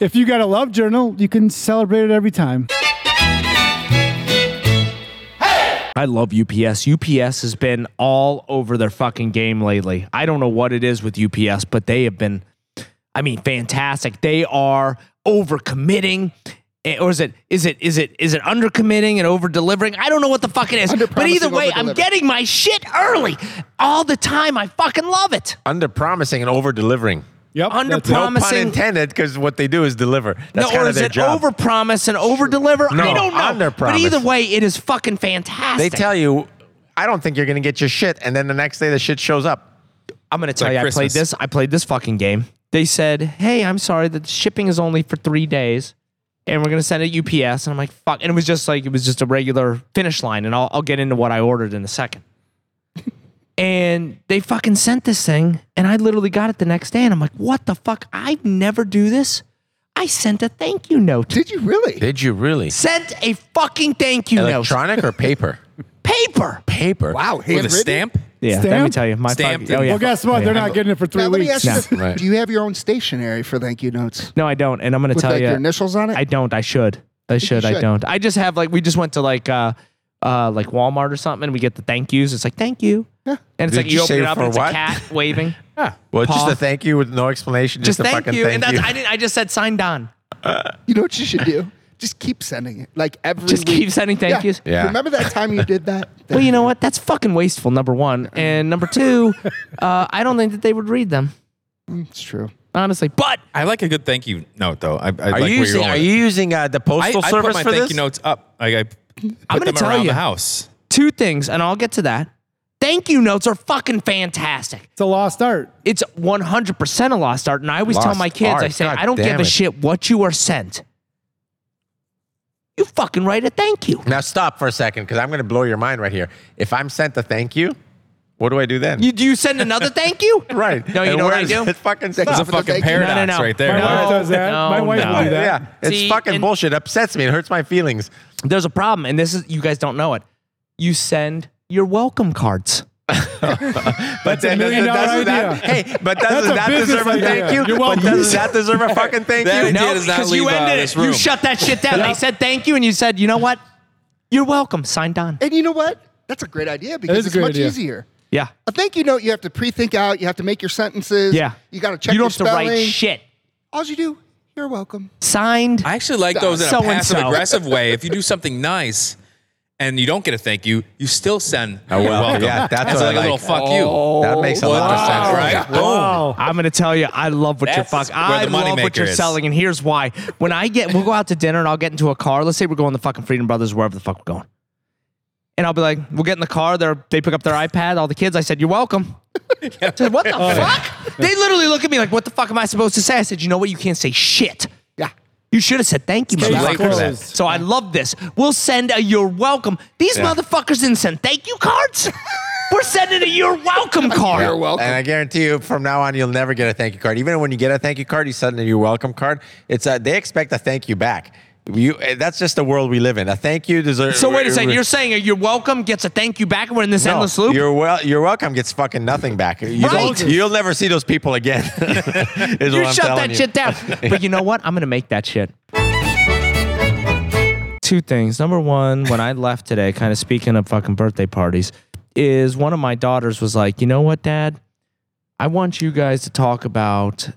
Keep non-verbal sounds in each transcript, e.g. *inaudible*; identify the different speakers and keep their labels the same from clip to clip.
Speaker 1: If you got a love journal, you can celebrate it every time.
Speaker 2: I love UPS. UPS has been all over their fucking game lately. I don't know what it is with UPS, but they have been, I mean, fantastic. They are overcommitting. eh, Or is it is it is it is it undercommitting and over delivering? I don't know what the fuck it is. But either
Speaker 3: Underpromising,
Speaker 2: way, I'm
Speaker 3: overdelivering.
Speaker 2: getting my shit early all the time. I fucking love it.
Speaker 3: Under promising and over delivering.
Speaker 1: Yep.
Speaker 2: Under
Speaker 1: that's it.
Speaker 3: No pun
Speaker 2: Promising-
Speaker 3: intended, because what they do is deliver. That's
Speaker 2: no,
Speaker 3: kind
Speaker 2: or
Speaker 3: of
Speaker 2: is
Speaker 3: their
Speaker 2: it
Speaker 3: job.
Speaker 2: over promise and over deliver? I
Speaker 3: No,
Speaker 2: don't know. But
Speaker 3: underpromise.
Speaker 2: either way, it is fucking fantastic.
Speaker 3: they tell you, I don't think you're going to get your shit, and then the next day the shit shows up.
Speaker 2: I'm gonna tell
Speaker 3: like
Speaker 2: you, I played
Speaker 3: Christmas.
Speaker 2: this. I played this fucking game. They said, "Hey, I'm sorry, the shipping is only for three days, and we're gonna send it UPS." And I'm like, "Fuck!" And it was just like it was just a regular finish line, and I'll, I'll get into what I ordered in a *laughs* second. and they fucking sent this thing, and I literally got it the next day, and I'm like, "What the fuck? I never do this." I sent a thank you note.
Speaker 4: Did you really?
Speaker 3: Did you really?
Speaker 2: Sent a fucking thank you note.
Speaker 3: *laughs* Electronic or paper?
Speaker 2: Paper.
Speaker 3: Paper.
Speaker 4: Wow,
Speaker 5: With
Speaker 4: handwritten.
Speaker 5: a stamp?
Speaker 2: Yeah, let me
Speaker 1: Stamped?
Speaker 2: tell you, my
Speaker 5: Stamped
Speaker 2: fucking-
Speaker 5: and-
Speaker 1: Well, guess what? They're not getting it for three
Speaker 4: Now, let me
Speaker 1: weeks.
Speaker 4: ask you this.
Speaker 3: Right.
Speaker 4: Do you have your own stationery for thank you notes?
Speaker 2: No, I don't. And I'm going to
Speaker 4: With
Speaker 2: tell
Speaker 4: like
Speaker 2: you
Speaker 4: your initials on it?
Speaker 2: I don't. I should. I should. I
Speaker 4: should.
Speaker 2: don't. I just have like we just went to like uh uh like Walmart or something and we get the thank yous. It's like thank you. Yeah. And it's
Speaker 3: Did
Speaker 2: like you,
Speaker 3: you
Speaker 2: open
Speaker 3: say
Speaker 2: it up
Speaker 3: for
Speaker 2: and it's
Speaker 3: what?
Speaker 2: a cat waving. yeah.
Speaker 3: Well,
Speaker 2: Paw.
Speaker 3: just a thank you with no explanation. Just,
Speaker 2: Just
Speaker 3: a
Speaker 2: thank
Speaker 3: fucking
Speaker 2: you.
Speaker 3: thank
Speaker 2: and that's
Speaker 3: you.
Speaker 2: I didn't I just said signed Don.
Speaker 4: You know what you should do? Just keep sending it. Like every
Speaker 2: Just
Speaker 4: week.
Speaker 2: keep sending thank
Speaker 4: yeah.
Speaker 2: yous.
Speaker 3: Yeah.
Speaker 4: Remember that time you did that?
Speaker 2: *laughs* Well, you know what? That's fucking wasteful, number one. And number two, uh, I don't think that they would read them.
Speaker 4: It's true.
Speaker 2: Honestly. But
Speaker 5: I like a good thank you note, though. I, I
Speaker 3: Are,
Speaker 5: like
Speaker 3: you
Speaker 5: where you're
Speaker 3: using,
Speaker 5: going
Speaker 3: are
Speaker 5: with
Speaker 3: you using uh, the
Speaker 5: I,
Speaker 3: postal
Speaker 5: I
Speaker 3: service
Speaker 5: put my
Speaker 3: for
Speaker 5: thank
Speaker 3: this?
Speaker 5: you notes up. Like I put
Speaker 2: gonna
Speaker 5: them
Speaker 2: tell
Speaker 5: around
Speaker 2: you.
Speaker 5: the house.
Speaker 2: two things, and I'll get to that. Thank you notes are fucking fantastic.
Speaker 1: *laughs* It's a lost art.
Speaker 2: it's 100% a lost art. And I always tell
Speaker 3: Lost
Speaker 2: my kids, I
Speaker 3: art.
Speaker 2: say,
Speaker 3: God
Speaker 2: I don't
Speaker 3: damn
Speaker 2: give a
Speaker 3: it.
Speaker 2: shit what you are sent. You fucking write a thank you.
Speaker 3: Now stop for a second, because I'm going to blow your mind right here. If I'm sent a thank you, what do I do then?
Speaker 2: You, do you send another thank you?
Speaker 3: *laughs* right.
Speaker 2: No, you
Speaker 3: and
Speaker 2: know what
Speaker 3: where
Speaker 2: I
Speaker 3: does
Speaker 2: do?
Speaker 3: *laughs* It fucking
Speaker 4: Thank
Speaker 3: stop?
Speaker 5: It's
Speaker 4: you
Speaker 5: a
Speaker 4: for the
Speaker 5: fucking
Speaker 4: thank you.
Speaker 5: paradox
Speaker 2: No, no, no.
Speaker 5: right there.
Speaker 1: My
Speaker 2: No.
Speaker 1: wife does that.
Speaker 2: no,
Speaker 1: My wife will
Speaker 2: no.
Speaker 1: do that.
Speaker 3: Yeah, it's
Speaker 2: See,
Speaker 3: fucking
Speaker 2: and-
Speaker 3: bullshit. Upsets me. It hurts my feelings.
Speaker 2: There's a problem, and this is, you guys don't know it. You send your welcome cards.
Speaker 3: But
Speaker 1: a
Speaker 3: then doesn't,
Speaker 1: million-dollar
Speaker 3: doesn't that,
Speaker 1: idea.
Speaker 3: hey, but
Speaker 1: That's a
Speaker 3: doesn't that
Speaker 1: business
Speaker 3: deserve a
Speaker 1: idea.
Speaker 3: thank you?
Speaker 1: You're
Speaker 3: But
Speaker 1: welcome.
Speaker 3: doesn't that
Speaker 2: *laughs*
Speaker 3: deserve a fucking thank
Speaker 5: That
Speaker 3: you?
Speaker 5: idea
Speaker 2: No,
Speaker 5: does not
Speaker 2: because Oh, you
Speaker 5: leave, uh,
Speaker 2: ended
Speaker 5: this
Speaker 2: it. You
Speaker 5: room.
Speaker 2: shut that shit down. They said thank you, and you said, you know what? You're welcome. Signed on.
Speaker 4: And you know what? That's a great idea because
Speaker 1: is a
Speaker 4: it's
Speaker 1: great
Speaker 4: much
Speaker 1: idea.
Speaker 4: easier.
Speaker 2: Yeah.
Speaker 4: A thank you note you have to pre-think out. You have to make your sentences.
Speaker 2: Yeah.
Speaker 4: You got to check
Speaker 2: You
Speaker 4: your
Speaker 2: don't have to
Speaker 4: spelling.
Speaker 2: write shit.
Speaker 4: All you do, you're welcome.
Speaker 2: Signed.
Speaker 5: I actually like those in a
Speaker 2: So-and-so.
Speaker 5: passive aggressive way. If you do something nice and you don't get a thank you, you still send a
Speaker 3: well,
Speaker 5: welcome.
Speaker 3: yeah, that's
Speaker 5: It's
Speaker 3: what I
Speaker 5: like Oh. a little
Speaker 3: like.
Speaker 5: fuck
Speaker 3: That makes a
Speaker 5: Wow.
Speaker 3: lot of sense,
Speaker 5: Right?
Speaker 3: right?
Speaker 1: Wow.
Speaker 2: I'm gonna tell you, I love what you're
Speaker 5: That's
Speaker 2: fucking.
Speaker 5: where
Speaker 2: I
Speaker 5: the money
Speaker 2: love what
Speaker 5: maker
Speaker 2: you're
Speaker 5: is.
Speaker 2: selling, and here's why. When I get, we'll go out to dinner, and I'll get into a car. Let's say we're going to fucking Freedom Brothers, wherever the fuck we're going, and I'll be like, we'll get in the car. They they pick up their iPad. All the kids. I said, you're
Speaker 5: *laughs*
Speaker 2: welcome. I said, what the fuck? They literally look at me like, what the fuck am I supposed to say? I said, you know what? You can't say shit.
Speaker 4: Yeah.
Speaker 2: You should have said thank you,
Speaker 1: Case
Speaker 5: late for
Speaker 2: motherfucker.
Speaker 5: that.
Speaker 1: closed.
Speaker 2: So I love this. We'll send a you're welcome. These motherfuckers didn't send thank you cards. We're sending a you're
Speaker 5: *laughs*
Speaker 2: welcome card.
Speaker 4: You're welcome.
Speaker 3: And I guarantee you, from now on, you'll never get a thank you card. Even when you get a thank you card, you suddenly your welcome card. It's a, they expect a thank you back. You, eh, that's just the world we live in. A thank you deserves.
Speaker 2: So wait a second. You're saying a you're welcome gets a thank you back, and we're in this endless loop.
Speaker 3: You're well. You're welcome. Gets fucking nothing back. You
Speaker 2: Right.
Speaker 3: don't- You'll never see those people again. *laughs* is
Speaker 2: You
Speaker 3: what I'm
Speaker 2: shut
Speaker 3: telling
Speaker 2: that
Speaker 3: you.
Speaker 2: shit down.
Speaker 3: *laughs*
Speaker 2: but you know what? I'm gonna make that shit. Two things. Number one, when I left today, kind of speaking of fucking birthday parties, is one of my daughters was like, you know what, Dad? I want you guys to talk about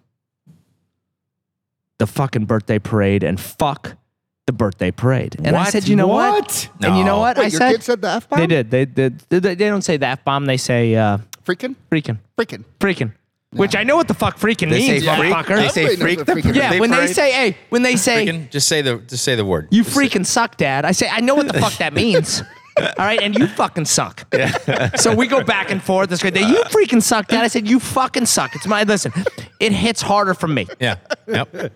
Speaker 2: the fucking birthday parade and fuck the birthday parade. And I
Speaker 3: What?
Speaker 2: said, you know what?
Speaker 1: What?
Speaker 2: And you know
Speaker 5: No.
Speaker 2: what?
Speaker 4: Wait,
Speaker 2: I
Speaker 4: your
Speaker 2: said
Speaker 4: kid said the F bomb?
Speaker 2: they did. They did. They, they, don't say the f bomb. They say uh,
Speaker 4: Freaking?
Speaker 2: freaking.
Speaker 4: Freaking.
Speaker 2: freaking. Which I know what the fuck freaking
Speaker 3: They say
Speaker 2: means,
Speaker 3: freak.
Speaker 2: motherfucker.
Speaker 3: They say
Speaker 4: Everybody knows
Speaker 3: freak.
Speaker 4: what
Speaker 3: the
Speaker 4: freaking is.
Speaker 2: yeah,
Speaker 3: birthday
Speaker 2: when they
Speaker 3: parade.
Speaker 2: say, hey, when they say,
Speaker 5: Freaking, just say the just say the word.
Speaker 2: you freaking suck, dad, I say, I know what the fuck that means. All right, and you fucking suck. so we go back and forth. This great. They, You freaking suck, dad. I said, you fucking suck. It's my, listen, it hits harder for me.
Speaker 5: *laughs* yeah. Yep.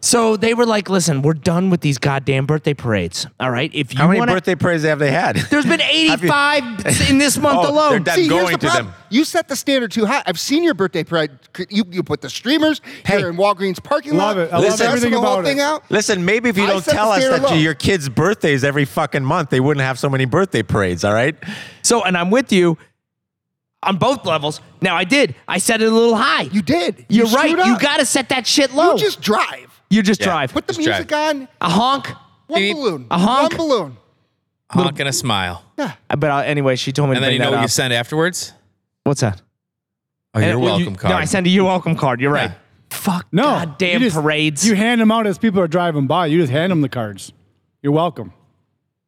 Speaker 2: So they were like, listen, we're done with these goddamn birthday parades. All right, if you
Speaker 3: how many
Speaker 2: wanna-
Speaker 3: birthday parades have they had?
Speaker 2: There's been 85 in this month
Speaker 3: Oh, they're
Speaker 2: alone.
Speaker 3: done.
Speaker 4: See, here's
Speaker 3: going
Speaker 4: the
Speaker 3: to
Speaker 4: problem.
Speaker 3: them.
Speaker 4: You set the standard too high. I've seen your birthday parade. You, you put the streamers here in Walgreens parking
Speaker 1: Love
Speaker 4: lot.
Speaker 1: it. I love
Speaker 4: stressing
Speaker 1: everything
Speaker 4: the whole
Speaker 1: about it.
Speaker 4: thing out.
Speaker 3: Listen, maybe if you
Speaker 4: I
Speaker 3: don't
Speaker 4: set the
Speaker 3: tell us
Speaker 4: standard
Speaker 3: that
Speaker 4: low.
Speaker 3: your kids' birthdays every fucking month, they wouldn't have so many birthday parades. All right.
Speaker 2: So, and I'm with you on both levels. Now, I did. I set it a little high.
Speaker 4: You did. You
Speaker 2: You're right.
Speaker 4: screwed
Speaker 2: You
Speaker 4: up.
Speaker 2: got to set that shit low.
Speaker 4: You just drive.
Speaker 2: You Oh. just
Speaker 5: Yeah.
Speaker 2: drive.
Speaker 4: Put the
Speaker 5: Just
Speaker 4: music on.
Speaker 2: a honk.
Speaker 4: One
Speaker 5: Beep.
Speaker 4: balloon.
Speaker 2: A honk.
Speaker 4: One balloon.
Speaker 5: honk and a smile,
Speaker 2: But uh, anyway, she told me
Speaker 5: and
Speaker 2: to
Speaker 5: then
Speaker 2: bring
Speaker 5: you know
Speaker 2: that
Speaker 5: what
Speaker 2: up.
Speaker 5: you send afterwards.
Speaker 2: What's that?
Speaker 5: Oh,
Speaker 2: And-
Speaker 5: your
Speaker 2: well, you-
Speaker 5: welcome card.
Speaker 2: No, I send a your welcome card. You're right. Fuck.
Speaker 1: No.
Speaker 2: Goddamn
Speaker 1: you just-
Speaker 2: parades.
Speaker 1: You hand them out as people are driving by. You just hand them the cards. You're welcome.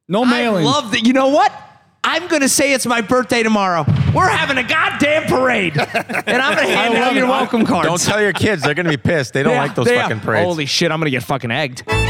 Speaker 1: No
Speaker 2: I
Speaker 1: mailing.
Speaker 2: love that. You know what? I'm gonna say it's my birthday tomorrow. We're having a goddamn parade, and I'm gonna hand
Speaker 1: love
Speaker 2: out
Speaker 1: it.
Speaker 2: your welcome cards.
Speaker 3: Don't tell your kids; they're going to be pissed. They don't
Speaker 2: Yeah,
Speaker 3: like those
Speaker 2: they-
Speaker 3: fucking parades.
Speaker 2: Holy shit! I'm gonna get fucking egged.